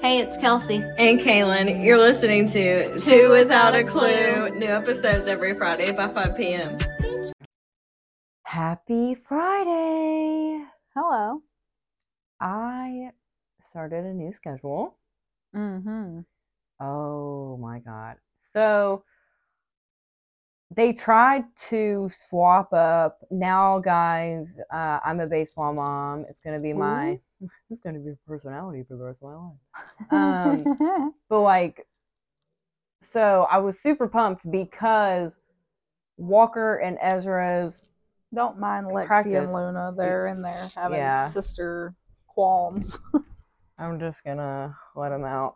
Hey, it's Kelsey. And Kaylin, you're listening to Two, Without, a Clue. New episodes every Friday by 5 p.m. Happy Friday! Hello. I started a new schedule. Mm-hmm. Oh my God. So they tried to swap up. Now, guys, uh, I'm a baseball mom. It's going to be my. It's going to be a personality for the rest of my life. Um, But like, so I was super pumped because Walker and Ezra's Don't mind Lexi and Practice. Luna. They're in there having Yeah. sister qualms I'm just gonna let them out.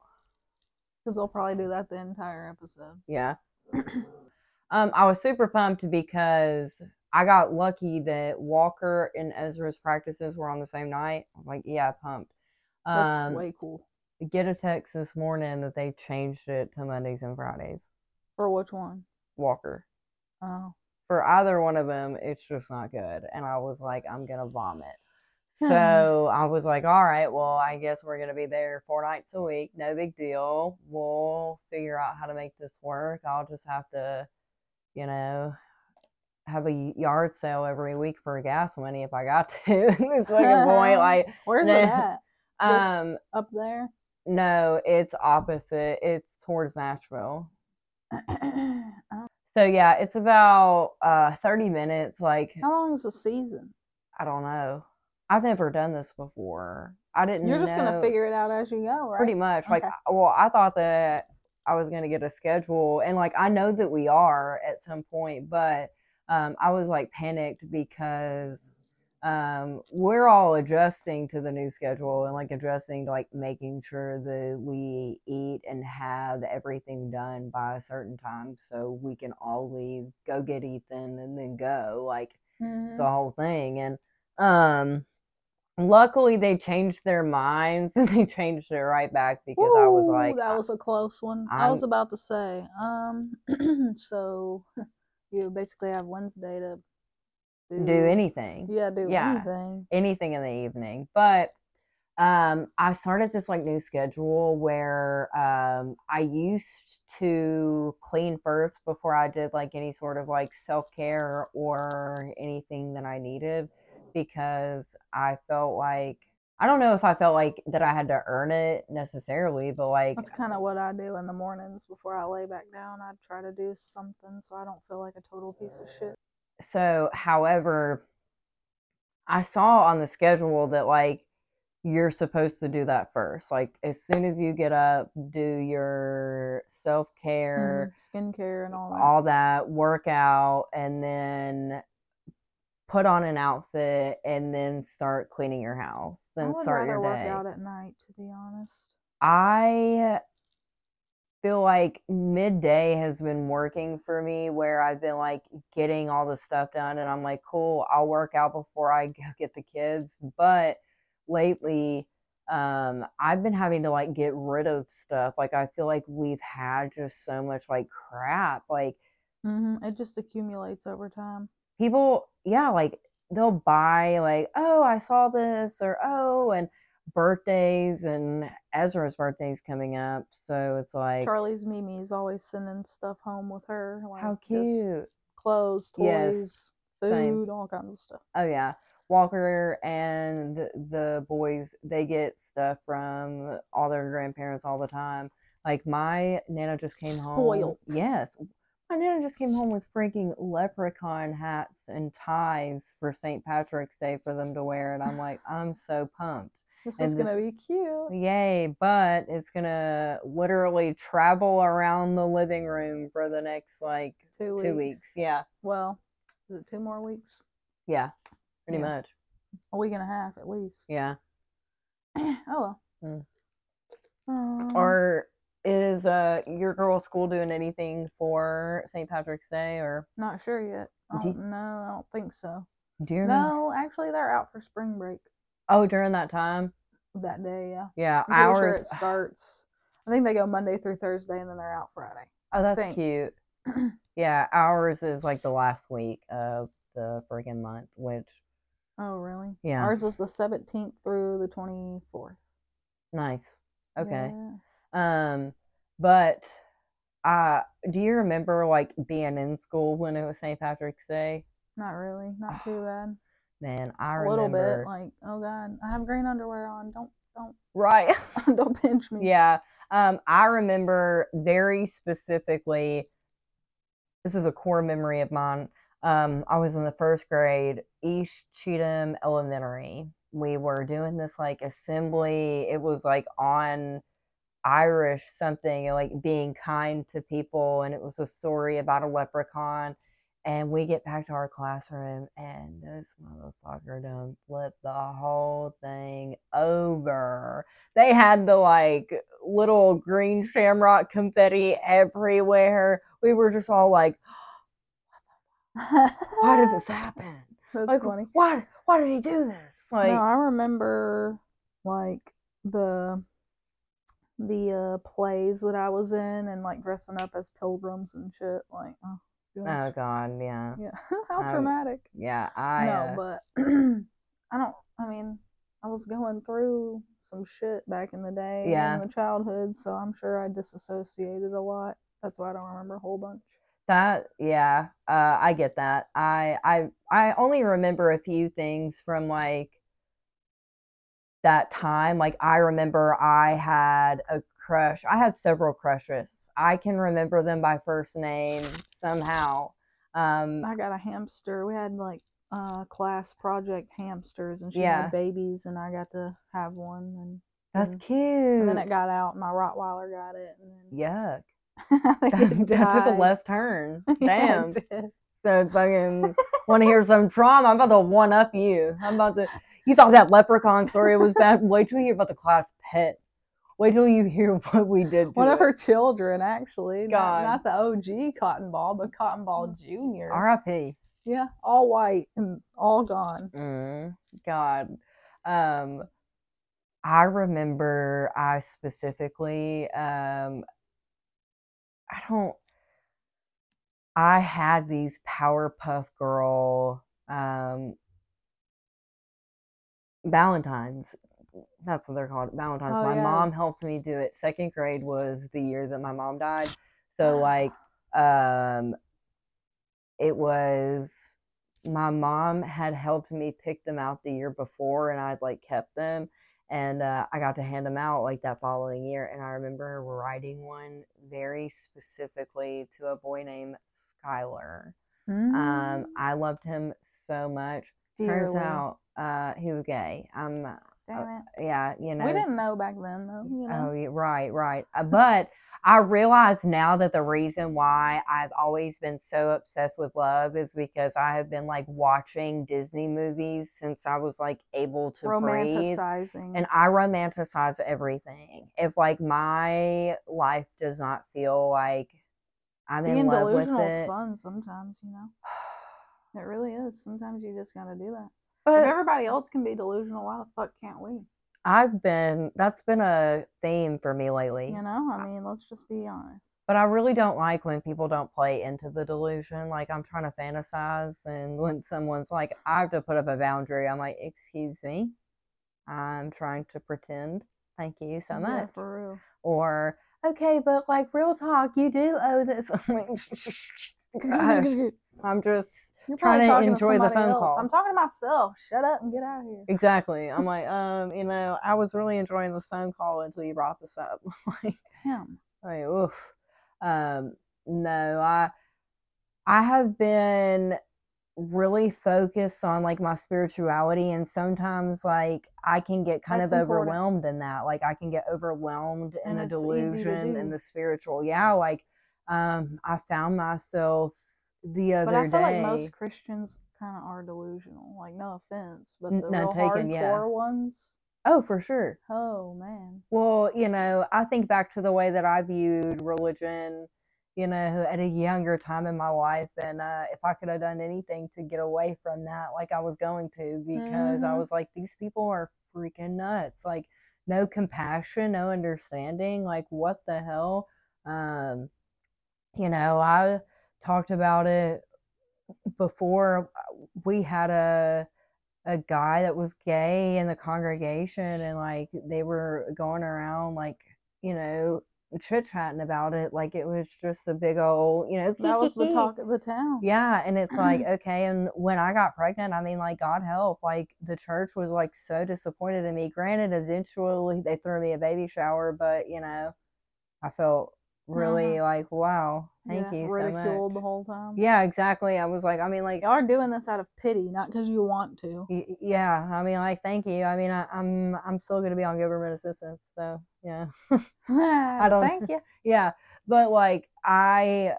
because they'll probably do that the entire episode. Yeah. um, I was super pumped because I got lucky that Walker and Ezra's practices were on the same night. I'm like, yeah, pumped. That's Um, way cool. get a text this morning that they changed it to Mondays and Fridays. For which one? Walker. Oh. For either one of them, it's just not good. And I was like, I'm gonna vomit. So I was like, all right, well, I guess we're going to be there four nights a week. No big deal. We'll figure out how to make this work. I'll just have to, you know, have a yard sale every week for gas money if I got to. at this fucking point, like, Where's it Nah. at? um, Up there? no, it's opposite. It's towards Nashville. Um, So yeah, it's about uh 30 minutes. Like, How long is the season? I don't know. I've never done this before. I didn't You're just know- gonna figure it out as you go, right? pretty much like Okay. I- well i thought that i was going to get a schedule and like i know that we are at some point but um, i was like panicked because um, we're all adjusting to the new schedule and like adjusting to like making sure that we eat and have everything done by a certain time so we can all leave go get ethan and then go like Mhm. it's a whole thing and um luckily they changed their minds and they changed it right back because i was Woo, like that was a close one. i was I'm- about to say, um, so you basically have Wednesday to "I do anything Yeah, do Yeah. anything. anything in the evening but um i started this like new schedule where um i used to clean first before i did like any sort of like self-care or anything that i needed because i felt like i don't know if i felt like that i had to earn it necessarily but like That's kind of what I do in the mornings before I lay back down. I try to do something so I don't feel like a total piece of shit. so however i saw on the schedule that like you're supposed to do that first like as soon as you get up do your self-care Mhm, skincare and all that. all that workout and then put on an outfit and then start cleaning your house I then would start rather your work day out at night, to be honest. I feel like midday has been working for me where I've been like getting all the stuff done and I'm like, cool, I'll work out before I go get the kids. But lately, um, I've been having to like get rid of stuff. Like, I feel like we've had just so much like crap. Like, hmm It just accumulates over time. people yeah like they'll buy like oh i saw this or oh and birthdays and ezra's birthday's coming up so it's like Charlie's Mimi's always sending stuff home with her. Like how just cute Clothes, Yes, toys, same. food, all kinds of stuff. oh yeah walker and the boys they get stuff from all their grandparents all the time like my nana just came home Spoiled. yes my nana just came home with freaking leprechaun hats and ties for st patrick's day for them to wear and i'm like i'm so pumped This is And gonna be cute. Yay, but it's gonna literally travel around the living room for the next like Two weeks. two weeks. Yeah, Well, is it two more weeks? yeah, pretty Yeah. much. A week and a half at least. Yeah. oh well. Mm. Um, Or is uh your girl school doing anything for St. Patrick's Day or not sure yet. I Do you- don't- no, I don't think so. do you remember? No, actually, they're out for spring break Oh, during that time? that day. Yeah, Yeah, I'm pretty ours. Sure it starts. I think they go Monday through Thursday, and then they're out Friday. Oh, that's think. cute. yeah, ours is like the last week of the freaking month, which Oh really? yeah, Ours is the seventeenth through the twenty fourth. nice. Okay. Yeah. Um, but uh, do you remember like being in school when it was St. Patrick's Day? Not really. Not too bad. Man, I A remember. little bit. Like, oh god, I have green underwear on. Don't Right. don't pinch me. Yeah. Um, I remember very specifically, this is a core memory of mine. Um, I was in the first grade, East Cheatham Elementary. We were doing this like assembly. It was like on Irish something, and, like being kind to people. And it was a story about a leprechaun. And we get back to our classroom, and this motherfucker done flipped the whole thing over they had the like little green shamrock confetti everywhere. We were just all like, "Why did this happen? That's like, funny. why? Why did he do this?" Like, oh no, I remember like the the uh plays that I was in and like dressing up as pilgrims and shit. Like, oh, oh gosh. god, yeah, yeah, how Um, traumatic. yeah. I uh, no, but I don't. I mean, I was going through some shit back in the day, Yeah. in the childhood, so I'm sure I disassociated a lot. That's why I don't remember a whole bunch. that yeah, uh, I get that. I I I only remember a few things from like that time. Like I remember I had a crush. I had several crushes. I can remember them by first name somehow. Um, I got a hamster. We had like uh class project hamsters, and she Yeah. had babies, and I got to have one, and That's and- cute. Mm. And then it got out. My Rottweiler got it, and then Yuck. I think That, it that took died. a left turn. Yeah, Damn. it did. so fucking want to hear some trauma? I'm about to one up you. I'm about to. You thought that leprechaun story was bad? Wait till you hear about the class pet. Wait till you hear what we did. To One of it. her children, actually, God. Mm. Not, not the OG Cotton Ball, but Cotton Ball Junior. R.I.P. Yeah, all white and all gone. Mm, Mm-hmm. God. Um, I remember I specifically, um, I don't, I had these Powerpuff Girl um, Valentine's. That's what they're called, Valentine's. Oh, my yeah. mom helped me do it. Second grade was the year that my mom died. So, like, um, it was my mom had helped me pick them out the year before and I'd like kept them and uh, I got to hand them out like that following year and I remember writing one very specifically to a boy named Skylar. Mm, Um, I loved him so much. Turns Dearly. out uh, he was gay. Um, Damn it. yeah, you know. we didn't know back then, though. You know, Oh, yeah, right, right. Uh, But I realize now that the reason why I've always been so obsessed with love is because I have been like watching Disney movies since I was like able to breathe. romanticizing. And I romanticize everything. If like my life does not feel like I'm in being love with delusional is it, fun sometimes. You know, it really is. Sometimes you just gotta do that. if but everybody else can be delusional, why the fuck can't we? I've been that's been a theme for me lately. You know, I mean, let's just be honest. But I really don't like when people don't play into the delusion. Like I'm trying to fantasize, and when someone's like, "I have to put up a boundary," I'm like, "Excuse me, I'm trying to pretend." Thank you so Yeah, much. for real. Or okay, but like real talk, you do owe this. I'm like, gosh, I'm just You're Trying probably to talking enjoy the somebody phone else. call. I'm talking to myself. Shut up and get out of here. exactly. I'm like, um, you know, I was really enjoying this phone call until you brought this up. like, Damn. I mean, oof. Um, no, I I have been really focused on like my spirituality and sometimes like I can get kind That's of important. overwhelmed in that. Like I can get overwhelmed in And the it's easy to delusion and do. the spiritual. Yeah, like um I found myself the other But I feel day. like most Christians kind of are delusional. Like, no offense, but N- the none real taken, hardcore yeah. ones. oh, for sure. Oh man. Well, you know, I think back to the way that I viewed religion, you know, at a younger time in my life. And uh, if I could have done anything to get away from that, like I was going to, because I Mhm. was like, these people are freaking nuts. Like, no compassion, no understanding. Like, what the hell? Um, you know, I talked about it before we had uh, a a guy that was gay in the congregation and like they were going around like you know chit chatting about it like it was just a big old you know That was the talk of the town. yeah and it's like okay and when i got pregnant i mean like god help like the church was like so disappointed in me granted eventually they threw me a baby shower but you know i felt really Mhm. like wow thank Yeah, you so much. Ridiculed the whole time. yeah exactly i was like i mean like Y'all are doing this out of pity, not because you want to. Y- yeah i mean like thank you i mean I, i'm i'm still going to be on government assistance so yeah I don't- Thank you. yeah but like i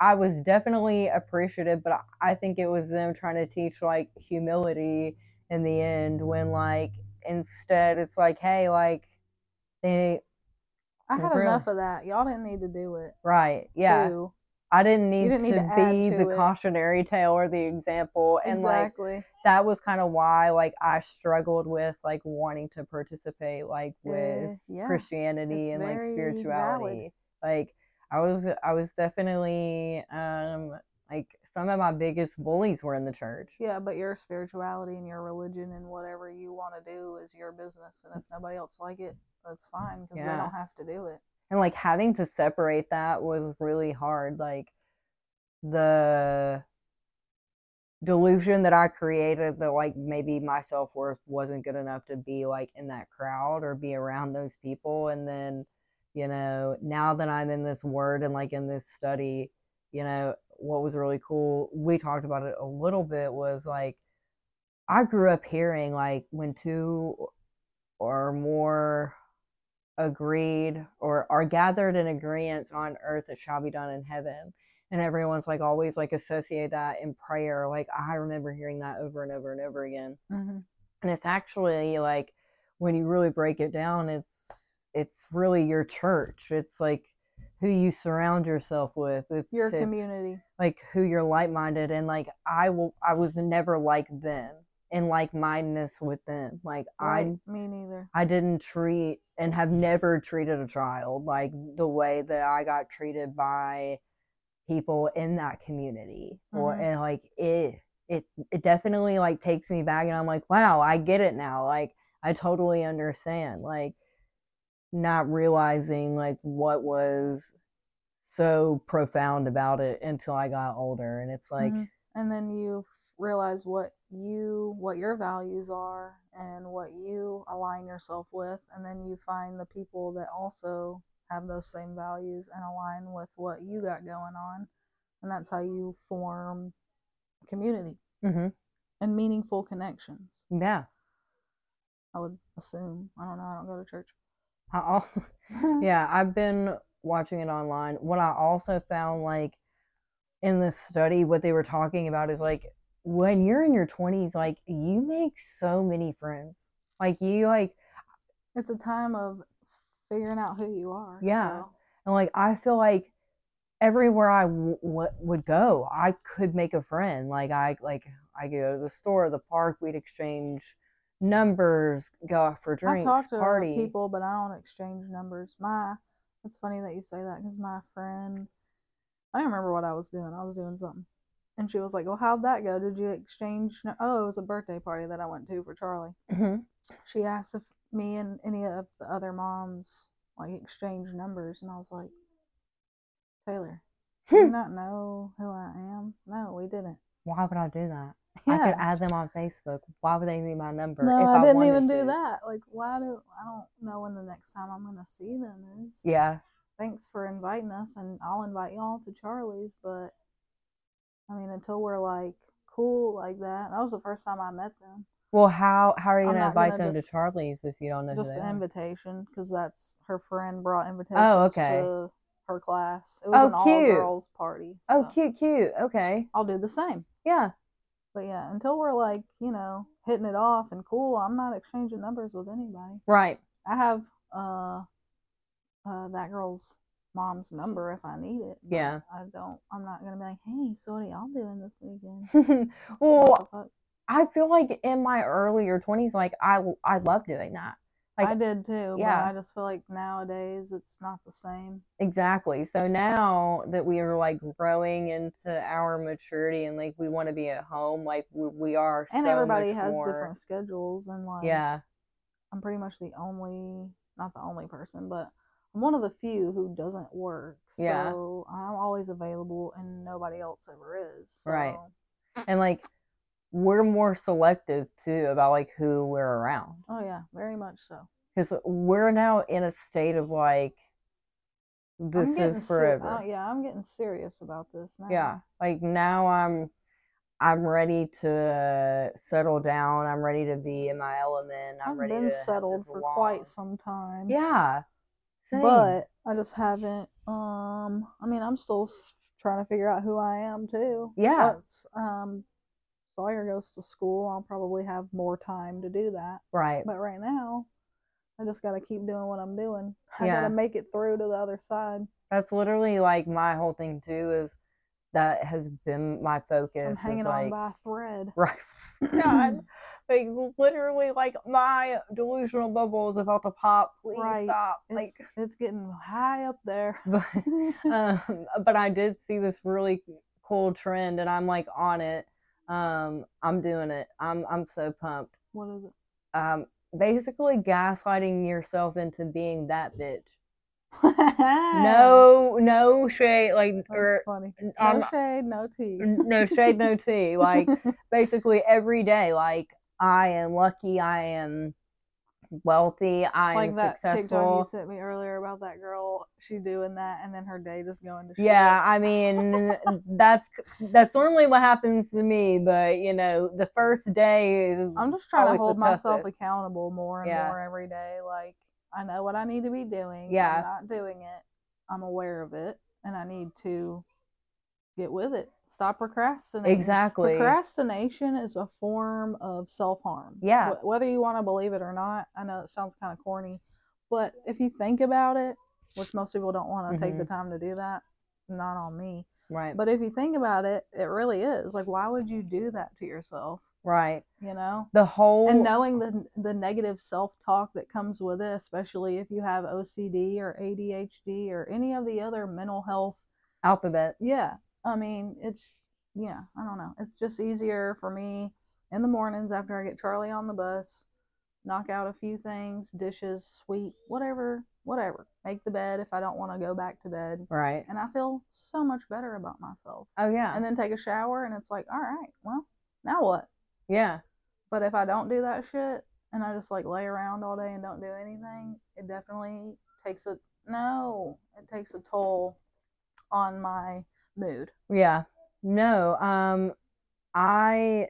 i was definitely appreciative but I- i think it was them trying to teach like humility in the end when like instead it's like hey like they I had Really. enough of that. Y'all didn't need to do it. right yeah too. i didn't need didn't need to, to add be the to it. cautionary tale or the example and like exactly. that was kind of why like I struggled with like wanting to participate like with Uh, yeah. Christianity it's and like very spirituality. Like I was I was definitely um like some of my biggest bullies were in the church. Yeah, but your spirituality and your religion and whatever you want to do is your business, and if nobody else like it, that's fine because Yeah. they don't have to do it. And like having to separate that was really hard. Like the delusion that I created that like maybe my self worth wasn't good enough to be like in that crowd or be around those people. And then, you know, now that I'm in this word and like in this study, you know, what was really cool, we talked about it a little bit was like I grew up hearing like when two or more agreed or are gathered in agreement on earth it shall be done in heaven and everyone's like always like associate that in prayer like i remember hearing that over and over and over again Mm-hmm. and it's actually like when you really break it down it's it's really your church it's like who you surround yourself with it's Your it's community. like who you're like-minded and like i will i was never like them and like-mindedness with them like Right? i'm Me neither. I didn't treat and have never treated a child like the way that I got treated by people in that community. Or Mhm. and like it it it definitely like takes me back and I'm like, wow, I get it now. Like I totally understand. Like not realizing like what was so profound about it until I got older. And it's like Mhm. and then you realize what you what your values are and what you align yourself with, and then you find the people that also have those same values and align with what you got going on, and that's how you form community mhm, and meaningful connections. yeah. I would assume. I don't know. I don't go to church. I al- yeah i've been watching it online what i also found like in this study what they were talking about is like when you're in your 20s like you make so many friends like you like It's a time of figuring out who you are. Yeah. so- and like i feel like everywhere i w- w- would go i could make a friend like i like i go to the store the park we'd exchange numbers go out for drinks I talk to uh, party people, but I don't exchange numbers. My, it's funny that you say that because my friend, I don't remember what I was doing. I was doing something, and she was like, "Well, how'd that go? Did you exchange? nu- Oh, it was a birthday party that I went to for Charlie." Mhm. She asked if me and any of the other moms like exchanged numbers, and I was like, "Taylor, do you not know who I am? No, we didn't." why would i do that I Yeah. could add them on Facebook. Why would they need my number? No, I, didn't wanted even do to? that. Like, why do I don't know when the next time I'm gonna see them is. Yeah, Thanks for inviting us, and I'll invite y'all to Charlie's. But I mean, until we're like cool like that, that was the first time I met them. Well, how how are you I'm gonna not invite gonna them to just- Charlie's if you don't know Just who an they are? invitation, because that's her friend brought invitations Oh, okay. to her class. It was Oh, an all cute. girls party. Oh, so cute, cute. Okay, I'll do the same. yeah, But yeah, until we're like, you know, hitting it off and cool, I'm not exchanging numbers with anybody. right. I have uh, uh that girl's mom's number if I need it. but Yeah. I don't. I'm not gonna be like, hey, so what are y'all doing this weekend? What well, the fuck? I feel like in my earlier twenties, like I I love doing that. Like- I did too. Yeah. But I just feel like nowadays it's not the same. Exactly. So now that we are like growing into our maturity and like we want to be at home, like we, we are. And so everybody much has more- different schedules and like Yeah. I'm pretty much the only not the only person, but I'm one of the few who doesn't work. Yeah. So I'm always available and nobody else ever is. Right. so- And like we're more selective too about like who we're around Oh yeah, very much so. because we're now in a state of like I'm this getting is ser- forever. oh, yeah, I'm getting serious about this now. yeah like now i'm i'm ready to settle down i'm ready to be in my element i'm I've ready been to have settled this for long- quite some time. yeah same. But I just haven't. Um, I mean, I'm still s- trying to figure out who I am too. Yeah. Once um, Sawyer goes to school, I'll probably have more time to do that. right But right now, I just gotta keep doing what I'm doing. I Yeah. gotta make it through to the other side. that's literally like my whole thing too is that has been my focus I'm is, hanging like on by a thread. right God, like literally like my delusional bubble is about to pop please Right. stop It's, like it's getting high up there. but um, but I did see this really cool trend, and I'm like on it. Um, I'm doing it. I'm I'm so pumped. what is it? Um, basically gaslighting yourself into being that bitch. No, no shade, like That's or funny. I'm- No shade, no tea. no shade, no tea. Like basically every day, like I am lucky, I am wealthy, I like am that TikTok you successful. sent me earlier about that girl, she doing that, and then her day just going to shit. Yeah, I mean that's that's normally what happens to me, but you know, the first day is I'm just trying to always the hold myself toughest. accountable more and Yeah. more every day. Like I know what I need to be doing. Yeah. I'm not doing it. I'm aware of it, and I need to get with it. Stop procrastinating. Exactly. Procrastination is a form of self harm. Yeah. whether you want to believe it or not, I know it sounds kind of corny, but if you think about it, which most people don't want to Mm-hmm. take the time to do that, not on me. Right. But if you think about it, it really is. Like, why would you do that to yourself? right. You know? The whole And knowing the, the negative self talk that comes with it, especially if you have OCD or ADHD or any of the other mental health. alphabet. Yeah. I mean, it's, yeah, I don't know. It's just easier for me in the mornings after I get Charlie on the bus, knock out a few things, dishes, sweep, whatever, whatever. Make the bed if I don't want to go back to bed. Right. And I feel so much better about myself Oh yeah. and then take a shower and it's like all right well now what yeah. but if i don't do that shit and i just like lay around all day and don't do anything it definitely takes a no it takes a toll on my mood Yeah. No. Um I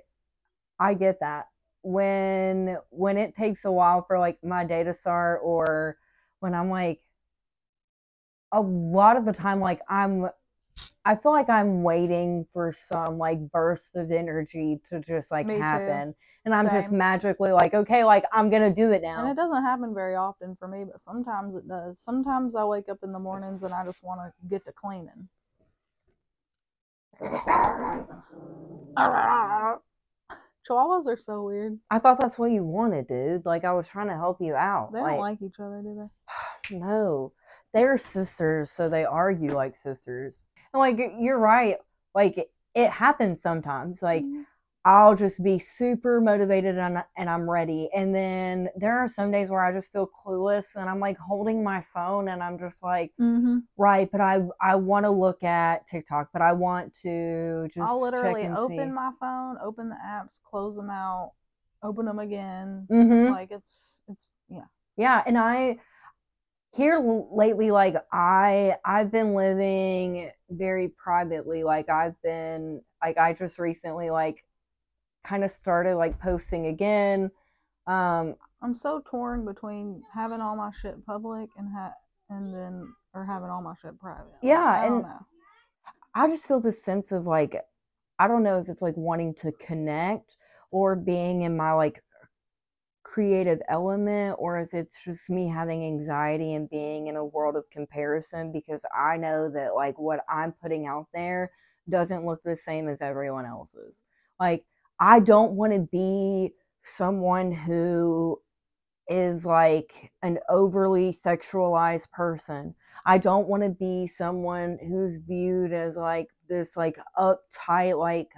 I get that. When when it takes a while for like my day to start or when I'm like a lot of the time like I'm I feel like I'm waiting for some like burst of energy to just like Me too. happen. And I'm just Same. magically like, okay, like I'm gonna do it now. and it doesn't happen very often for me but sometimes it does sometimes i wake up in the mornings and i just want to get to cleaning chihuahuas are so weird I thought that's what you wanted, dude. Like I was trying to help you out. they don't like each other do they no they're sisters so they argue like sisters and like y- you're right like it, it happens sometimes like Mm-hmm. i'll just be super motivated and, I- and i'm ready and then there are some days where i just feel clueless and i'm like holding my phone and i'm just like mm-hmm. right but i i want to look at tiktok but i want to just I'll literally check and open see. my phone, open the apps, close them out, open them again. Mhm. Like it's it's yeah. Yeah, and I here l- lately, like I I've been living very privately. Like I've been like I just recently like kind of started like posting again. Um, I'm so torn between having all my shit public and ha- and then or having all my shit private. Like, Yeah, I don't and- know. I just feel this sense of like I don't know if it's like wanting to connect or being in my like creative element or if it's just me having anxiety and being in a world of comparison because I know that like what I'm putting out there doesn't look the same as everyone else's. Like I don't want to be someone who is like an overly sexualized person. I don't want to be someone who's viewed as like this like uptight like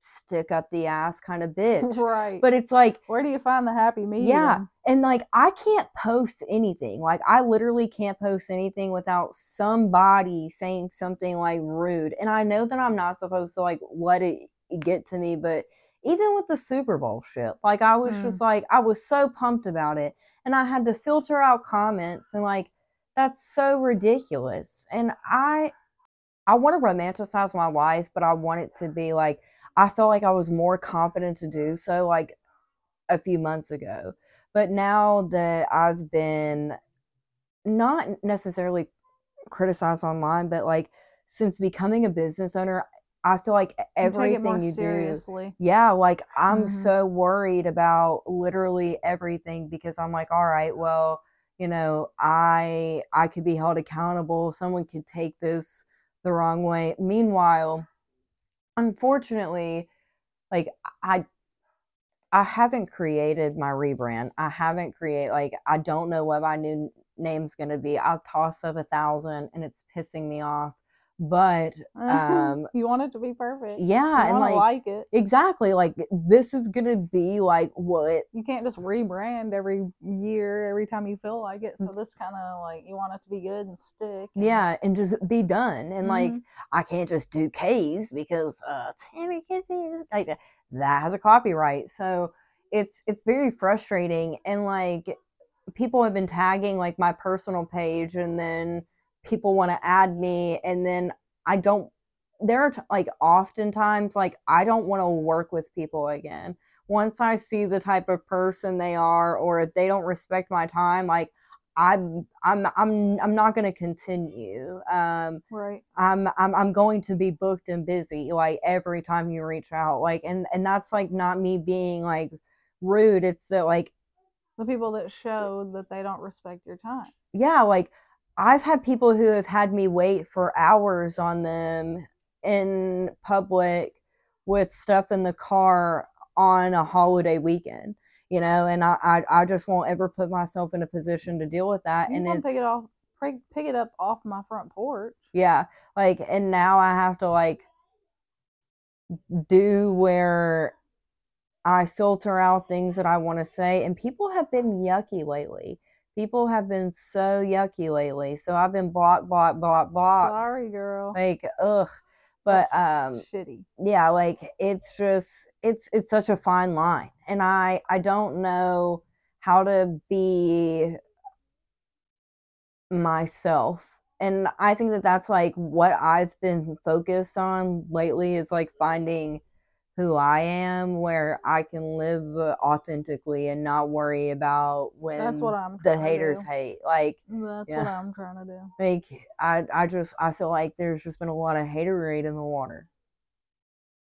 stick up the ass kind of bitch. Right. But it's like where do you find the happy medium? yeah, and like I can't post anything. Like I literally can't post anything without somebody saying something like rude. And I know that I'm not supposed to like let it get to me, but even with the Super Bowl shit, like I was Mm. just like I was so pumped about it, and I had to filter out comments and like that's so ridiculous. And I I want to romanticize my life, but I want it to be like I felt like I was more confident to do so like a few months ago. But now that I've been not necessarily criticized online, but like since becoming a business owner, I feel like You everything take it more you do seriously. yeah, like I'm Mhm. so worried about literally everything because I'm like, all right, well, you know, I I could be held accountable. Someone could take this the wrong way. Meanwhile, unfortunately, like I I haven't created my rebrand. I haven't create like I don't know what my new name's gonna be. I've tossed up a thousand and it's pissing me off. But um, you want it to be perfect. yeah, you and want to like like it. Exactly. Like this is gonna be like what you can't just rebrand every year every time you feel like it so this kind of like you want it to be good and stick and- Mm. yeah, and just be done. And like Mhm. I can't just do K's because uh Tammy Kizzy like that- that has a copyright. So it's it's very frustrating and like people have been tagging like my personal page and then people want to add me and then I don't there are t- like oftentimes like I don't want to work with people again. Once I see the type of person they are or if they don't respect my time like I'm I'm I'm I'm not going to continue. Um right I'm I'm I'm going to be booked and busy like every time you reach out like and and that's like not me being like rude it's that like the people that show that they don't respect your time yeah, like I've had people who have had me wait for hours on them in public with stuff in the car on a holiday weekend, you know, and I, I, I just won't ever put myself in a position to deal with that. you and can it's, pick it off pick, pick it up off my front porch yeah, like, and now I have to like do where I filter out things that I want to say. And people have been yucky lately. People have been so yucky lately. So I've been block, block, block, block. sorry girl like ugh but That's um shitty yeah like it's just it's it's such a fine line and i i don't know how to be myself and i think that that's like what i've been focused on lately is like finding who i am where i can live uh, authentically and not worry about when that's what i'm the trying haters to do. hate like that's what i'm trying to do like I, I just I feel like there's just been a lot of haterade in the water.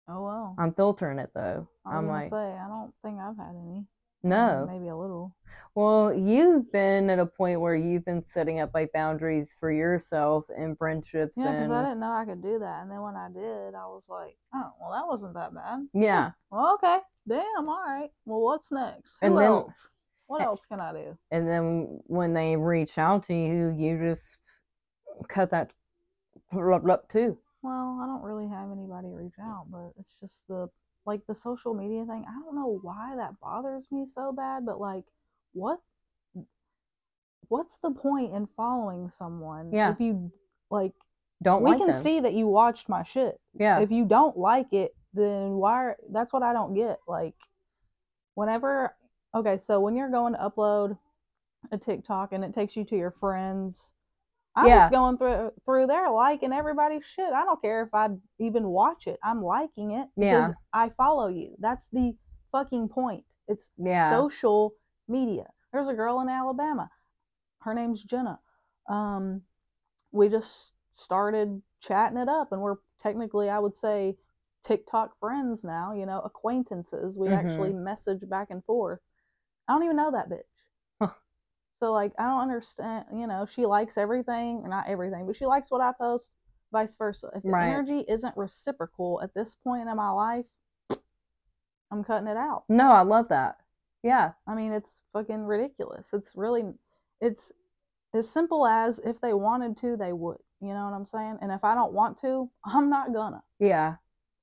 oh well I'm filtering it though. I was I'm gonna like, say i don't think i've had any I mean, no. maybe a little Well, you've been at a point where you've been setting up like boundaries for yourself and friendships yeah because and i didn't know i could do that and then when i did i was like oh well that wasn't that bad yeah. Well, okay. Damn. All right. Well, what's next? Who And then- else? What a- else can I do? And then when they reach out to you, you just cut that up too. Well, I don't really have anybody reach out, but it's just the like the social media thing. I don't know why that bothers me so bad, but like, what? What's the point in following someone Yeah. if you like? Don't we like can them. see that you watched my shit. yeah. if you don't like it then why are, that's what i don't get like whenever okay so when you're going to upload a tiktok and it takes you to your friends i'm Yeah. just going through through there liking everybody's shit i don't care if i even watch it i'm liking it because Yeah. i follow you that's the fucking point it's Yeah. social media there's a girl in alabama her name's jenna um we just started chatting it up and we're technically i would say tiktok friends now you know acquaintances we Mhm. actually message back and forth i don't even know that bitch Huh. so like i don't understand you know she likes everything or not everything but she likes what i post vice versa if the Right. energy isn't reciprocal at this point in my life i'm cutting it out no, I love that. Yeah. I mean, it's fucking ridiculous. It's really, it's as simple as if they wanted to, they would. You know what I'm saying? And if I don't want to, I'm not gonna. Yeah.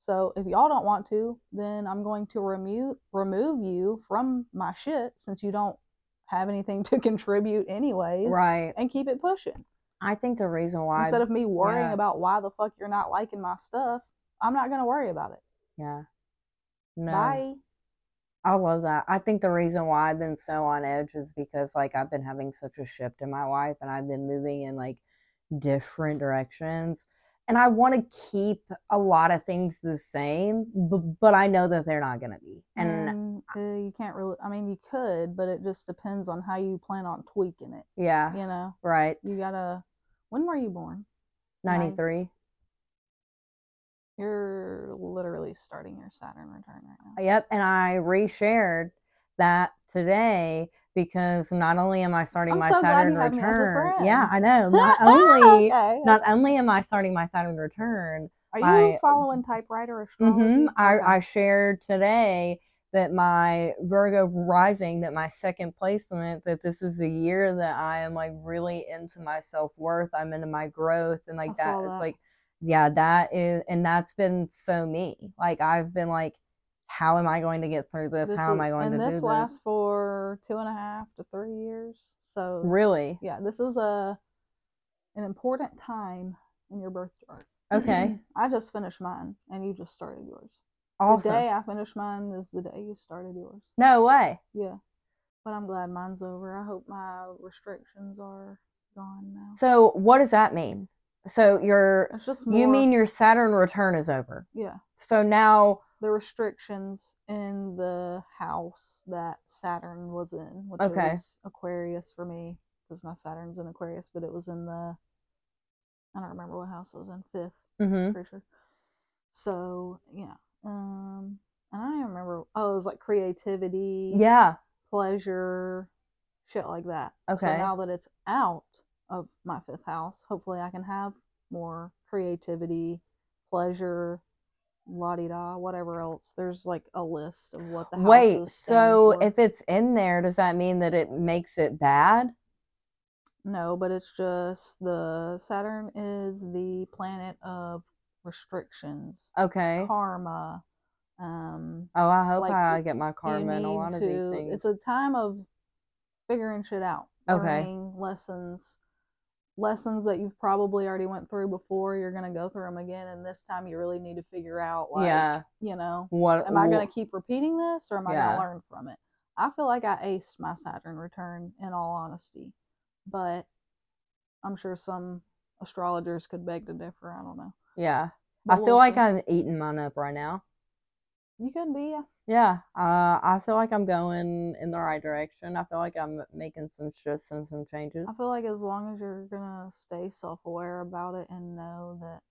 So if y'all don't want to, then I'm going to remove remove you from my shit since you don't have anything to contribute anyways. Right. And keep it pushing. I think the reason why Instead of me worrying yeah. about why the fuck you're not liking my stuff, I'm not gonna worry about it. Yeah. No. Bye. I love that. I think the reason why I've been so on edge is because like I've been having such a shift in my life and I've been moving in like different directions. And I want to keep a lot of things the same, but, but I know that they're not going to be. And And uh, you can't really. I mean, you could, but it just depends on how you plan on tweaking it. yeah, You know, right. you gotta. When were you born? 93. You're literally starting your Saturn return right now. Yep. And I reshared that today because not only am I starting I'm my so glad Saturn you have me as a return. Yeah, friend. I know. Not only. Okay, Not okay. only am I starting my Saturn return, Are you by- following typewriter astrology? Mm-hmm. I, Okay. I shared today that my Virgo rising, that my second placement, that this is the year that I am like really into my self worth. I'm into my growth and like I that. saw It's that. like, yeah, that is, and that's been so me. Like I've been like, how am I going to get through this? This how am is- I going and to do this this? lasts for two and a half to three years. So really? yeah, this is a an important time in your birth chart. Okay. I just finished mine, and you just started yours. awesome. Mm-hmm. The day I finished mine is the day you started yours. No way. Yeah, but I'm glad mine's over. I hope my restrictions are gone now. So what does that mean? So your, It's just more, you mean your Saturn return is over. yeah So now the restrictions in the house that Saturn was in, which Okay. was Aquarius for me because my Saturn's in Aquarius, but it was in the I don't remember what house it was in fifth. hmm pretty sure. So yeah, um, and I don't remember. Oh, it was like creativity, Yeah. pleasure, shit like that. Okay. So now that it's out of my fifth house, hopefully I can have more creativity, pleasure, la di da, whatever else. There's like a list of what the Wait, houses stand so for. if it's in there, does that mean that it makes it bad? No, but it's just the Saturn is the planet of restrictions, Okay. karma, um, Oh, I hope like, I you- get my you karma in a need lot of to- these things. It's a time of figuring shit out. Okay. Learning lessons. Lessons that you've probably already went through before, you're gonna go through them again, and this time you really need to figure out, like, yeah. you know, What am I gonna wh- keep repeating this, or am I Yeah. gonna learn from it? I feel like I aced my Saturn return, in all honesty, but I'm sure some astrologers could beg to differ. I don't know. Yeah. But I feel we'll like see. I'm eating mine up right now. you could be. Yeah. Uh, I feel like I'm going in the right direction. I feel like I'm making some shifts and some changes. I feel like as long as you're gonna stay self aware about it and know that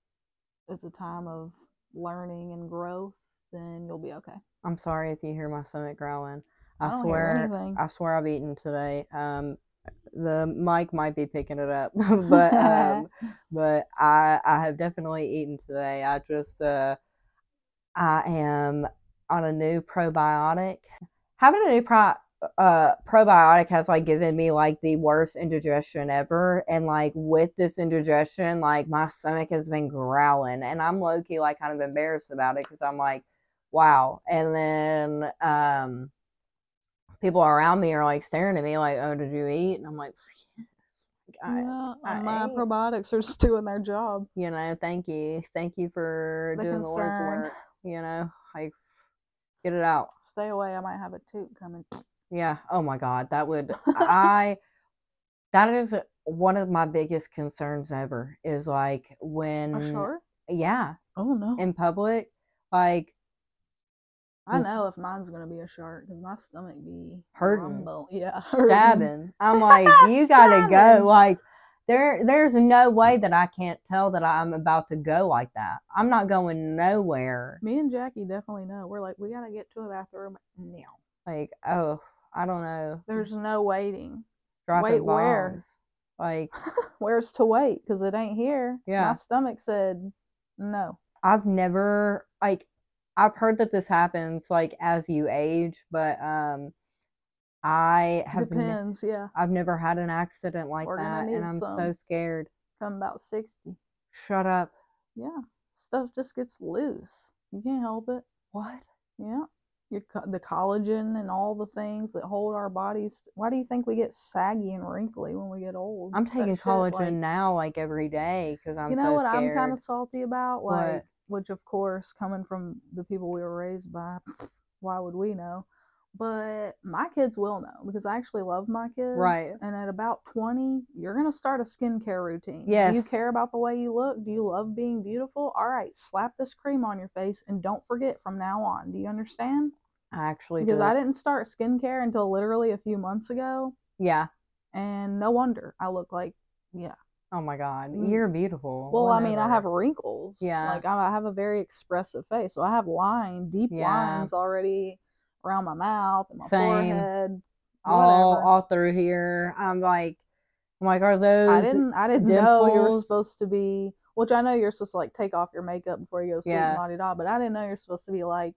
it's a time of learning and growth, then you'll be okay. I'm sorry if you hear my stomach growling. I, I don't hear swear. anything. I swear I've eaten today. Um, the mic might be picking it up, but um, but I I have definitely eaten today. I just uh, I am on a new probiotic. Having a new pro uh probiotic has like given me like the worst indigestion ever, and like with this indigestion, like my stomach has been growling, and I'm low key like kind of embarrassed about it because I'm like, wow, and then um people around me are like staring at me like, "Oh, did you eat?" And I'm like, "Yes, I, yeah, I my ate. probiotics are just doing their job. you know, thank you, thank you for The doing the Lord's concern. work. You know, like get it out. Stay away. I might have a toot coming. Yeah. Oh my God, that would I. That is one of my biggest concerns ever. Is like when, Are sure? yeah, Oh no. in public, like I know if mine's gonna be a shark because my stomach be Hurting. rumble- Yeah. hurting. stabbing. I'm like, you gotta go. Stabbing. Mm. Like, there, there's no way that I can't tell that I'm about to go like that. I'm not going nowhere. Me and Jackie definitely know. We're like, we gotta get to a bathroom Mm. now. Like, oh, I don't know. There's no waiting. dropping wait, where? bombs. Like, Where's to wait? Because it ain't here. Yeah. My stomach said no. I've never like I've heard that this happens like as you age, but um I have ne- Depends, yeah. I've never had an accident like We're gonna that, need and I'm so some. scared. Come about 60. Shut up. Yeah. Stuff just gets loose. You can't help it. What? Yeah. Your, co- the collagen and all the things that hold our bodies. Why do you think we get saggy and wrinkly when we get old? I'm That taking shit, collagen like- now, like every day, because I'm you know so what scared. I'm kind of salty about? Like, What? which of course, coming from the people we were raised by, why would we know? But my kids will know because I actually love my kids. Right. And at about 20, you're going to start a skincare routine. Do you Yes. care about the way you look? Do you love being beautiful? All right, slap this cream on your face and don't forget from now on. Do you understand? I actually Because I just- didn't start skincare until literally a few months ago. Yeah. And no wonder I look like Oh my God, Mm. you're beautiful. Well, I mean, I have whatever. wrinkles. Yeah. Like I I have a very expressive face, so I have line, deep Yeah. lines already around my mouth and my Same. forehead. all whatever. all through here. I'm like, I'm like, are those? I didn't. I didn't know you were dimples. supposed to be. Which I know you're supposed to like take off your makeup before you go sleep, Yeah. la di da. But I didn't know you're supposed to be like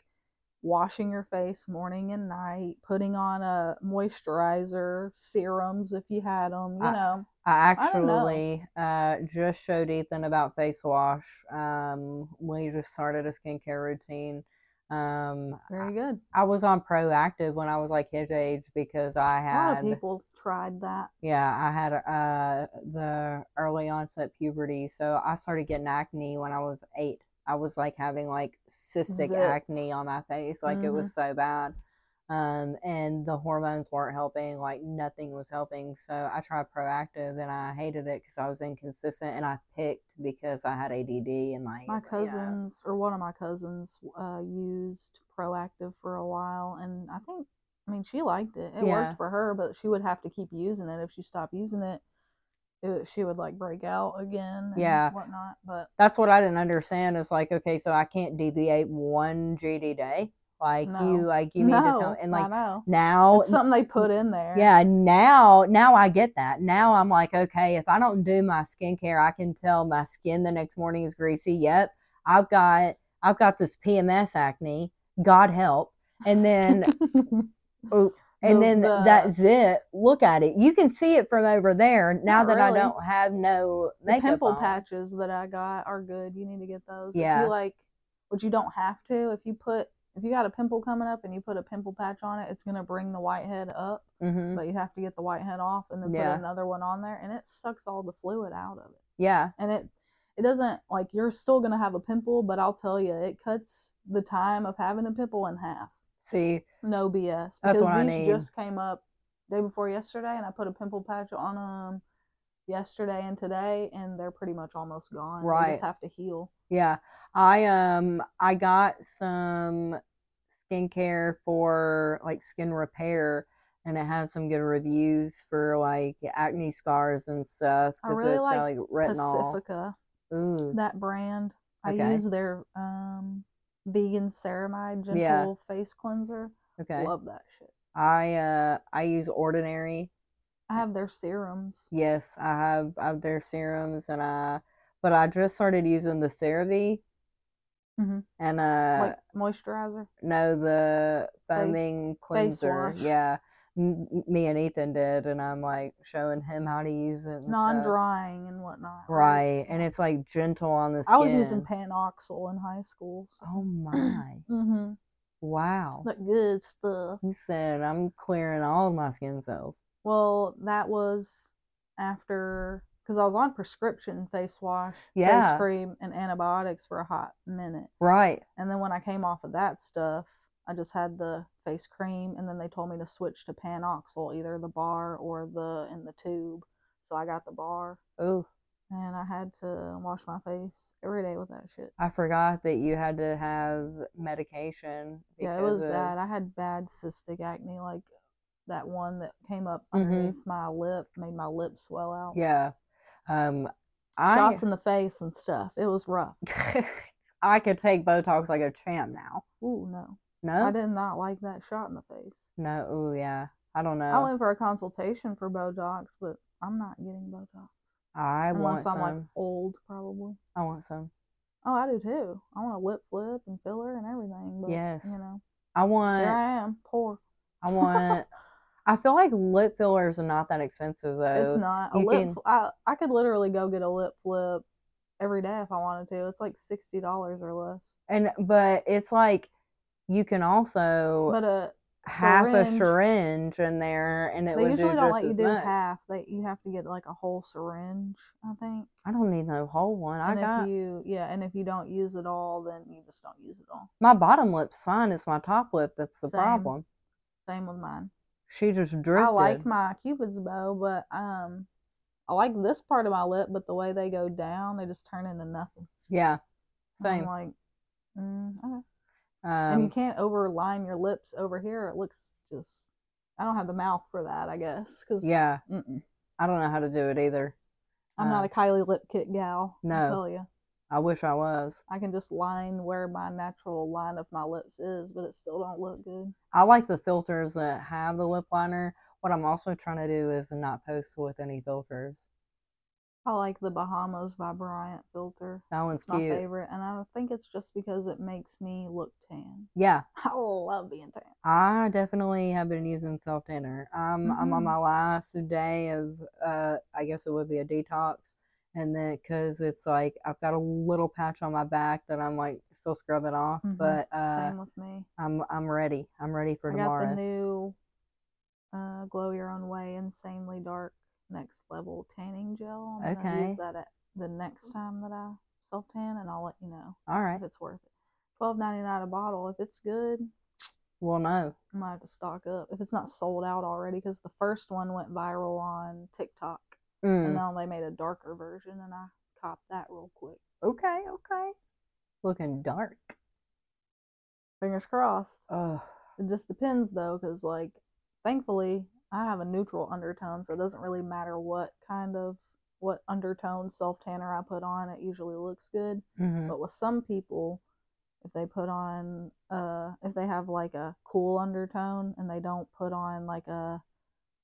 washing your face morning and night, putting on a moisturizer, serums if you had them. You I- know, I I don't know. actually uh, just showed Ethan about face wash. Um, we just started a skincare routine. Um, very good. I was on proactive when I was like his age because I A lot of had people tried that. yeah I had uh, the early onset puberty, so I started getting acne when I was eight. I was like having like cystic Zits. acne on my face, like it Mhm. was so bad. Um, and the hormones weren't helping, like nothing was helping. So I tried proactive and I hated it because I was inconsistent and I picked because I had ADD and like my yeah. cousins or one of my cousins uh, used proactive for a while and i think i mean she liked it it Yeah. worked for her but she would have to keep using it if she stopped using it, it she would like break out again and Yeah. whatnot but that's what I didn't understand. Is like, okay, so I can't deviate one GD day. Like No. you, like you need no, to know. And I like know. now, it's something they put in there yeah, now, now I get that. Now I'm like, okay, if I don't do my skincare, I can tell my skin the next morning is greasy. Yep, I've got, I've got this PMS acne. God help. And then, and The- then the- that's it. Look at it. You can see it from over there. Now Not that really. I don't have no the makeup pimple on. patches that I got are good. You need to get those. If Yeah. you like, which you don't have to. If you put, if you got a pimple coming up and you put a pimple patch on it, it's gonna bring the whitehead up. Mhm. But you have to get the whitehead off and then Yeah. put another one on there, and it sucks all the fluid out of it. Yeah. And it, it doesn't like you're still gonna have a pimple, but I'll tell you, it cuts the time of having a pimple in half. See, No BS. Because That's what I these need. just came up day before yesterday, and I put a pimple patch on them yesterday and today, and they're pretty much almost gone. They Right. just have to heal. Yeah. I um I got some skincare for like skin repair and it had some good reviews for like acne scars and stuff I because really it's got like like retinol. Pacifica, Ooh. that brand. I Okay. use their um, vegan ceramide gentle Yeah. face cleanser. Okay. Love that shit. I uh I use ordinary. I have their serums. Yes, I have I have their serums and I but I just started using the CeraVe Mhm. and uh like moisturizer. No, the foaming cleanser. wash. Yeah, M- m- me and Ethan did, and I'm like showing him how to use it. and stuff. Non drying and whatnot. Right, and it's like gentle on the skin. I was using Panoxyl in high school. So. Oh my! Mm-hmm. Wow. But good stuff. You said I'm clearing all my skin cells. Well, that was after because I was on prescription face wash, Yeah. face cream, and antibiotics for a hot minute. Right. And then when I came off of that stuff, I just had the face cream, and then they told me to switch to Panoxyl, either the bar or the in the tube. So I got the bar, Oh, and I had to wash my face every day with that shit. I forgot that you had to have medication. Yeah, it because was of- bad. I had bad cystic acne, like that one that came up Mhm. underneath my lip, made my lip swell out. Yeah. Um, I shots in the face and stuff. It was rough. I could take Botox like a champ now. Ooh, no. No. I did not like that shot in the face. No, oh yeah. I don't know. I went for a consultation for Botox, but I'm not getting Botox. I want Unless some. I'm like old, probably. I want some. Oh, I do too. I want a lip flip and filler and everything. But, Yes. You know, I want. here I am, poor. I want. I feel like lip fillers are not that expensive though. It's not a you lip. can- fl- I I could literally go get a lip flip every day if I wanted to. It's like sixty dollars or less. And but it's like you can also But uh, half a syringe- syringe in there, and it they would usually do don't just let you as do much. half. They you have to get like a whole syringe, I think. I don't need no whole one. I And if got you yeah, and if you don't use it all, then you just don't use it all. my bottom lip's fine. It's my top lip that's the Same. problem. Same with mine. She just drifted. I like my cupid's bow, but um, I like this part of my lip, but the way they go down, they just turn into nothing. yeah, And I'm same. like, mm, okay. and you Um, can't overline your lips over here. It looks just. I don't have the mouth for that, I guess. Cause yeah, mm-mm. I don't know how to do it either. I'm Uh, not a Kylie lip kit gal. no. I tell you, I wish I was. I can just line where my natural line of my lips is, but it still don't look good. I like the filters that have the lip liner. What I'm also trying to do is not post with any filters. I like the Bahamas by Bryant filter. That one's It's my cute. favorite, and I think it's just because it makes me look tan. Yeah, I love being tan. I definitely have been using self tanner. I'm I'm on Mhm. my last day of uh I guess it would be a detox, and then because it's like I've got a little patch on my back that I'm like still scrubbing off, Mhm. but uh Same with me. I'm I'm ready. I'm ready for I tomorrow. got the new uh, Glow Your Own Way Insanely Dark Next Level Tanning Gel. I'm gonna Okay. use that at the next time that I self tan, and I'll let you know All right. if it's worth it. Twelve ninety nine a bottle. If it's good, Well, no. I might have to stock up if it's not sold out already. Because the first one went viral on TikTok, Mm. and now they made a darker version, and I copped that real quick. Okay. Okay. Looking dark. Fingers crossed. Oh. It just depends though, because like, thankfully, I have a neutral undertone, so it doesn't really matter what kind of what undertone self tanner I put on. It usually looks good. hmm But with some people, if they put on uh, if they have like a cool undertone and they don't put on like a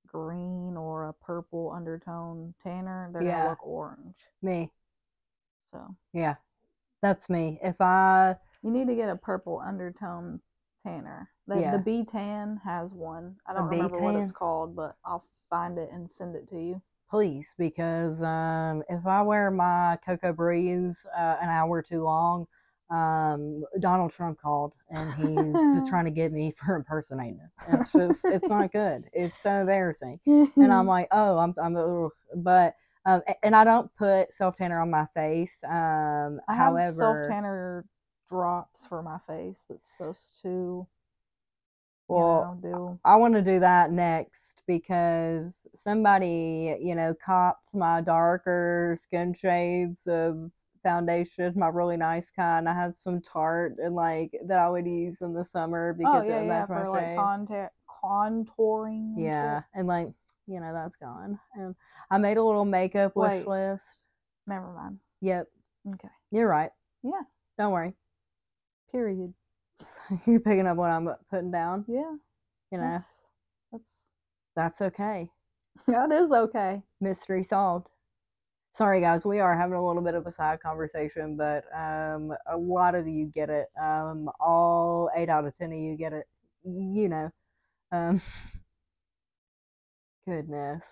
green or a purple undertone tanner, they're Yeah. gonna look orange. Me. So Yeah. That's me. If I you need to get a purple undertone tanner. The, Yeah. the B tan has one. I The don't remember what it's B-Tan? called, but I'll find it and send it to you. please because um, if I wear my Cocoa Breeze uh, an hour too long, um, Donald Trump called and he's just trying to get me for impersonating. it. It's just it's not good. It's so embarrassing. And Hmm. I'm like, oh, I'm I'm, ugh." but um, a- and I don't put self tanner on my face. Um, I have however, self tanner drops for my face that's supposed to you well, know, do I want to do that next because somebody, you know, copped my darker skin shades of foundation, my really nice kind. I had some Tarte and like that I would use in the summer because oh yeah it yeah matched my for like shade. conta- contouring and shit. yeah, and like you know that's gone. And I made a little makeup wish Wait. list. never mind Yep, okay you're right. Yeah. don't worry. period you're picking up what I'm putting down. yeah You know that's that's that's okay. that is okay mystery solved. Sorry, guys, we are having a little bit of a side conversation, but um, a lot of you get it. Um, all eight out of ten of you get it. You know. Um, goodness.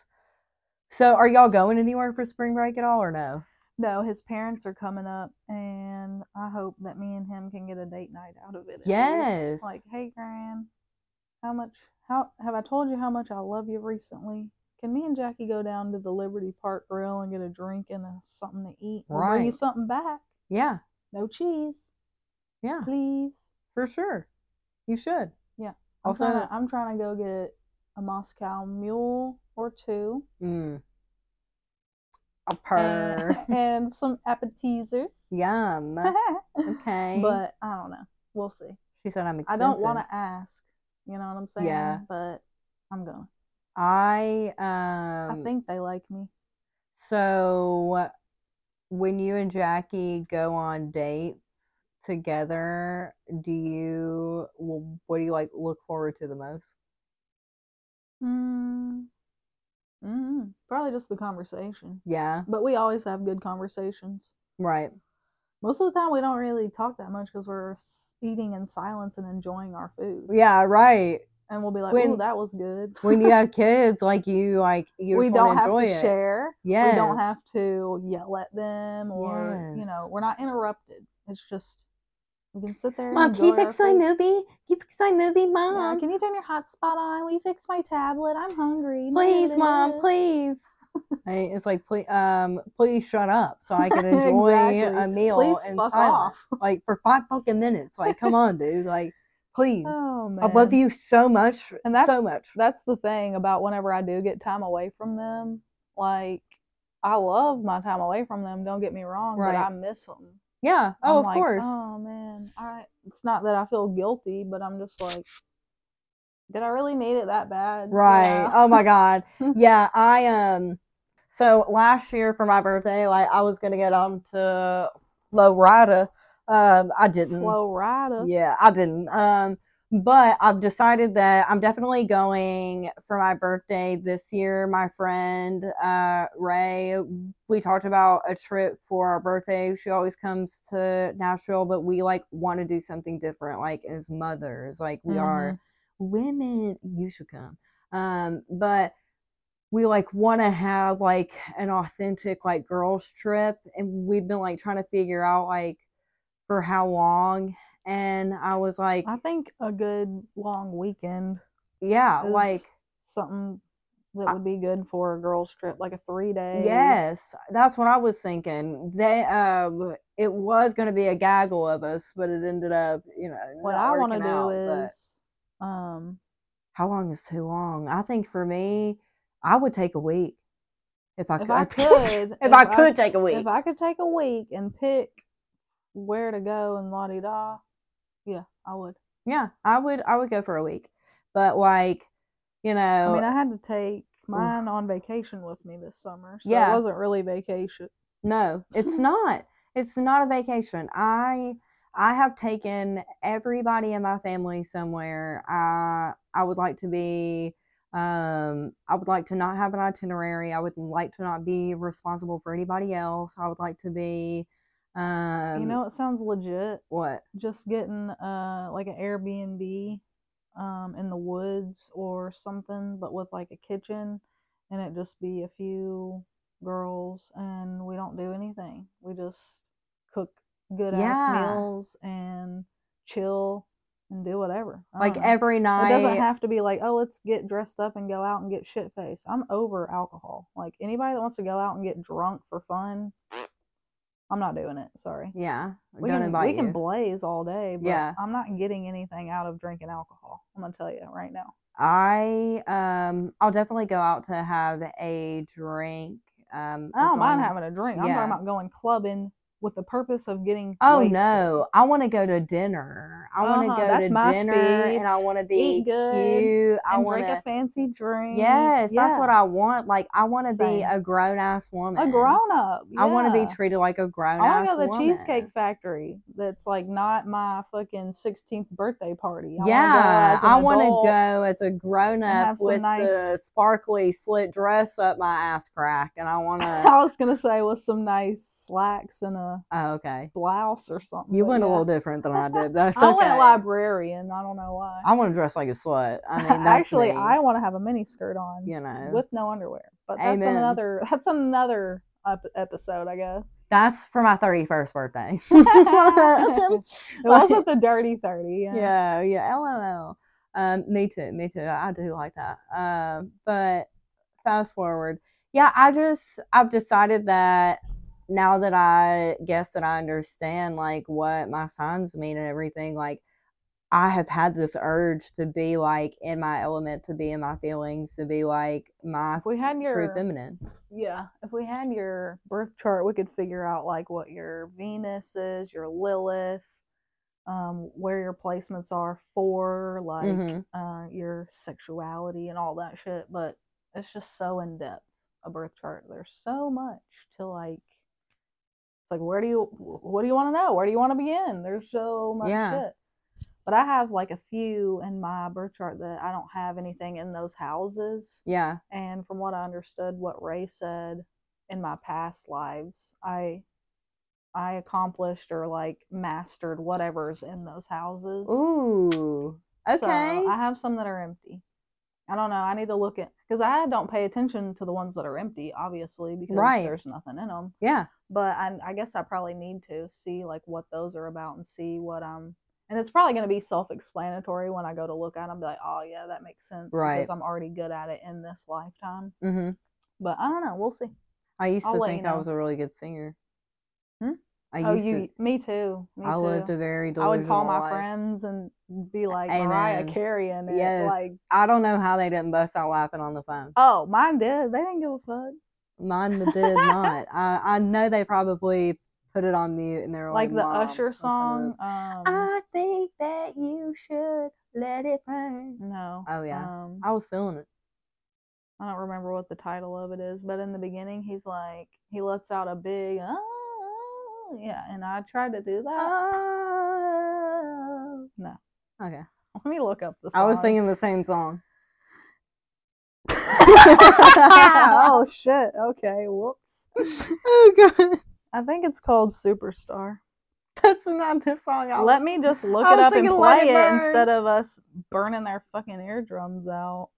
So, are y'all going anywhere for spring break at all, or no? no his parents are coming up and i hope that me and him can get a date night out of it at least. Yes. like hey gran how much how have i told you how much i love you recently can me and jackie go down to the liberty park grill and get a drink and a, something to eat We'll bring you Right. something back Yeah, no cheese yeah, please for sure. You should. Yeah. I'm Also, tryna- I'm trying to go get a Moscow mule or two mm, a and, purr. and some appetizers. Yum. Okay. But I don't know. We'll see. she said I'm expensive. I don't want to ask. You know what I'm saying? Yeah. But I'm going. I to um I think they like me. so when you and Jackie go on dates together, do you wh- what do you like look forward to the most? Mm. Mm. Probably just the conversation. Yeah, But we always have good conversations. right. Most of the time, we don't really talk that much because we're s- eating in silence and enjoying our food. Yeah, right. and we'll be like, When- "Ooh, that was good." when you have kids, like you like you we just don't want to have enjoy to it. share. We don't Yes. have to yell at them or you know, Yes. we're not interrupted. It's just we can sit there. and Mom, can you enjoy our fix my food. movie? Can you fix my movie, Yeah, Mom? can you turn your hotspot on? Will you fix my tablet? I'm hungry. please, Mom, Nah. please. I mean, it's like, please, um, please shut up so I can enjoy Exactly. a meal Please in fuck silence, off. like for five fucking minutes. Like, come on, dude. Like, please. Oh man. I love you so much, And so that's- much. That's the thing about whenever I do get time away from them. Like I love my time away from them. Don't get me wrong, Right. but I miss them. Yeah. Oh, I'm of like, course. Oh man, I. It's not that I feel guilty, but I'm just like, did I really need it that bad? You Right. know? Oh my god. yeah, I um so last year for my birthday, like I was gonna get on to Flow Rida. Um I didn't. Slow rider. Yeah, I didn't. Um but I've decided that I'm definitely going for my birthday this year. My friend uh Ray, we talked about a trip for our birthday. She always comes to Nashville, but we like want to do something different, like as mothers. Like we are women you should come um but we like want to have like an authentic like girls trip and we've been like trying to figure out like for how long and i was like I think a good long weekend, yeah is like something that I- would be good for a girls trip, like a three day. yes that's what i was thinking they um it was going to be a gaggle of us but it ended up you know What not I want to working do out, but- is, um, how long is too long i think for me i would take a week if i, if cou- I could, if, I could take a week if I could take a week and pick where to go and la di da, yeah, I would. Yeah, I would I would go for a week. But like, you know, I mean, I had to take mine on vacation with me this summer, so Yeah. it wasn't really vacation. no, it's not. It's not a vacation. I I have taken everybody in my family somewhere. I I would like to be um I would like to not have an itinerary. I would like to not be responsible for anybody else. I would like to be um you know, it sounds legit. what? Just getting uh like an Airbnb um in the woods or something, but with like a kitchen, and it just be a few girls, and we don't do anything. We just cook good ass Yeah. meals and chill and do whatever. I Like don't know. every night uh, It doesn't have to be like, oh, let's get dressed up and go out and get shit faced. I'm over alcohol. Like anybody that wants to go out and get drunk for fun, I'm not doing it. Sorry. Yeah. We don't can, invite we can you. blaze all day, but Yeah. I'm not getting anything out of drinking alcohol. I'm gonna tell you right now. I um I'll definitely go out to have a drink. Um I as don't mind long- having a drink. I'm yeah. talking about going clubbing with the purpose of getting. Oh wasted. no, I want to go to dinner. I want to Uh-huh, go that's to my dinner speed. and I want to be good cute. I And want drink a to fancy drink. Yes, that's what I want. Like I want to be Same. a grown ass woman. A grown up. I want to yeah. be treated like a grown I ass want to go to the woman. Cheesecake Factory. That's like not my fucking 16th birthday party. I yeah, I want wanna to go. go as a grown up have some with nice- the sparkly slit dress up my ass crack, and I want as an to. adult. I was gonna say with some nice slacks and a oh, okay. blouse or something. You but went a yeah. little different than I did. That's I went okay. librarian. I don't know why. I want to dress like a slut. I mean, that's actually, me, I want to have a mini skirt on you know with no underwear. But that's Amen. another. That's another ep- episode, I guess. that's for my thirty first birthday. It It Like- wasn't the dirty thirty. Yeah. yeah, yeah. LOL. Um, me too. Me too. I do like that. Um, but fast forward. Yeah, I just I've decided that now that I guess that I understand like what my signs mean and everything, like I have had this urge to be like in my element, to be in my feelings, to be like my If we had your true feminine. Yeah, if we had your birth chart, we could figure out like what your Venus is, your Lilith, um, where your placements are for like Mhm. uh, your sexuality and all that shit. But it's just so in depth a birth chart. There's so much to like. It's like where do you wh- what do you want to know? Where do you want to begin? There's so much Yeah. shit. But I have like a few in my birth chart that I don't have anything in those houses. Yeah. And from what I understood, what Ray said in my past lives, I I accomplished or like mastered whatever's in those houses. Ooh. So, Okay. I have some that are empty. I don't know. I need to look at because I don't pay attention to the ones that are empty, obviously, because Right. there's nothing in them. yeah. But I, I guess I probably need to see like what those are about and see what um. And it's probably going to be self-explanatory when I go to look at them. Be like, oh yeah, that makes sense. Right. Because I'm already good at it in this lifetime. hmm But I don't know. We'll see. I used I'll to let you think I know. was a really good singer. Hmm? I oh, used you, to. me too. Me I too. lived a very I delusional would call my life. friends and be like Mariah Amen. Carey and Yes. like, I don't know how they didn't bust out laughing on the phone. oh, mine did. They didn't give a fuck. Mine did not. I, I know they probably put it on mute and they were like, Like the "Mom, listen Usher to song. this." Um, I think that you should let it burn. no. Oh, yeah. Um, I was feeling it. I don't remember what the title of it is, but in the beginning, he's like, he lets out a big, "Ah," yeah, and I tried to do that. Oh. No. Okay. Let me look up the song. Ah. I was singing the same song. "Ah." oh shit. Okay. Whoops. oh god, I think it's called Superstar. that's not the song. I Let me just look I it was up and thinking Let play It it, Burn. instead of us burning their fucking eardrums out.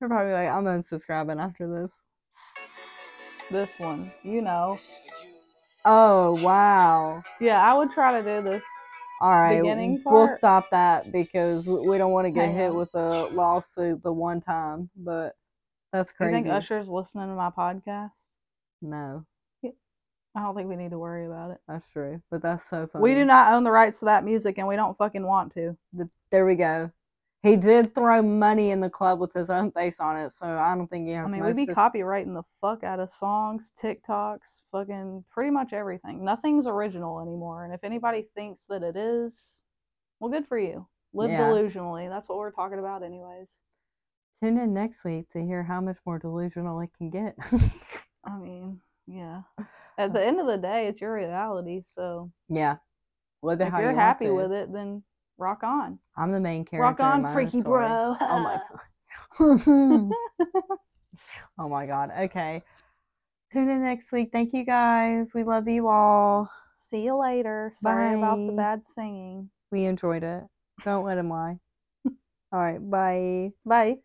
You're probably like, I'm unsubscribing after this. This one, you know. Oh wow. Yeah, I would try to do this. All right, Beginning we'll part? stop that because we don't want to get Hang hit on. with a lawsuit the one time. But that's Do You crazy. think Usher's listening to my podcast? no, I don't think we need to worry about it. that's true. But that's so funny. We do not own the rights to that music, and we don't fucking want to. Th- There we go. He did throw money in the club with his own face on it, so I don't think he has. I mean, much we'd be to s- copywriting the fuck out of songs, TikToks, fucking pretty much everything. Nothing's original anymore. And if anybody thinks that it is, well, good for you. Live Yeah. delusionally. That's what we're talking about, anyways. Tune in next week to hear how much more delusional it can get. I mean, yeah. At the end of the day, it's your reality. So yeah, live it if how you're you happy want to. with it, then rock on. I'm the main character. Rock in on, my own freaky story. bro. Oh my god. oh my god. Okay. Tune in next week. Thank you guys. We love you all. See you later. Sorry about the Bye. bad singing. We enjoyed it. Don't let him lie. All right. Bye. Bye.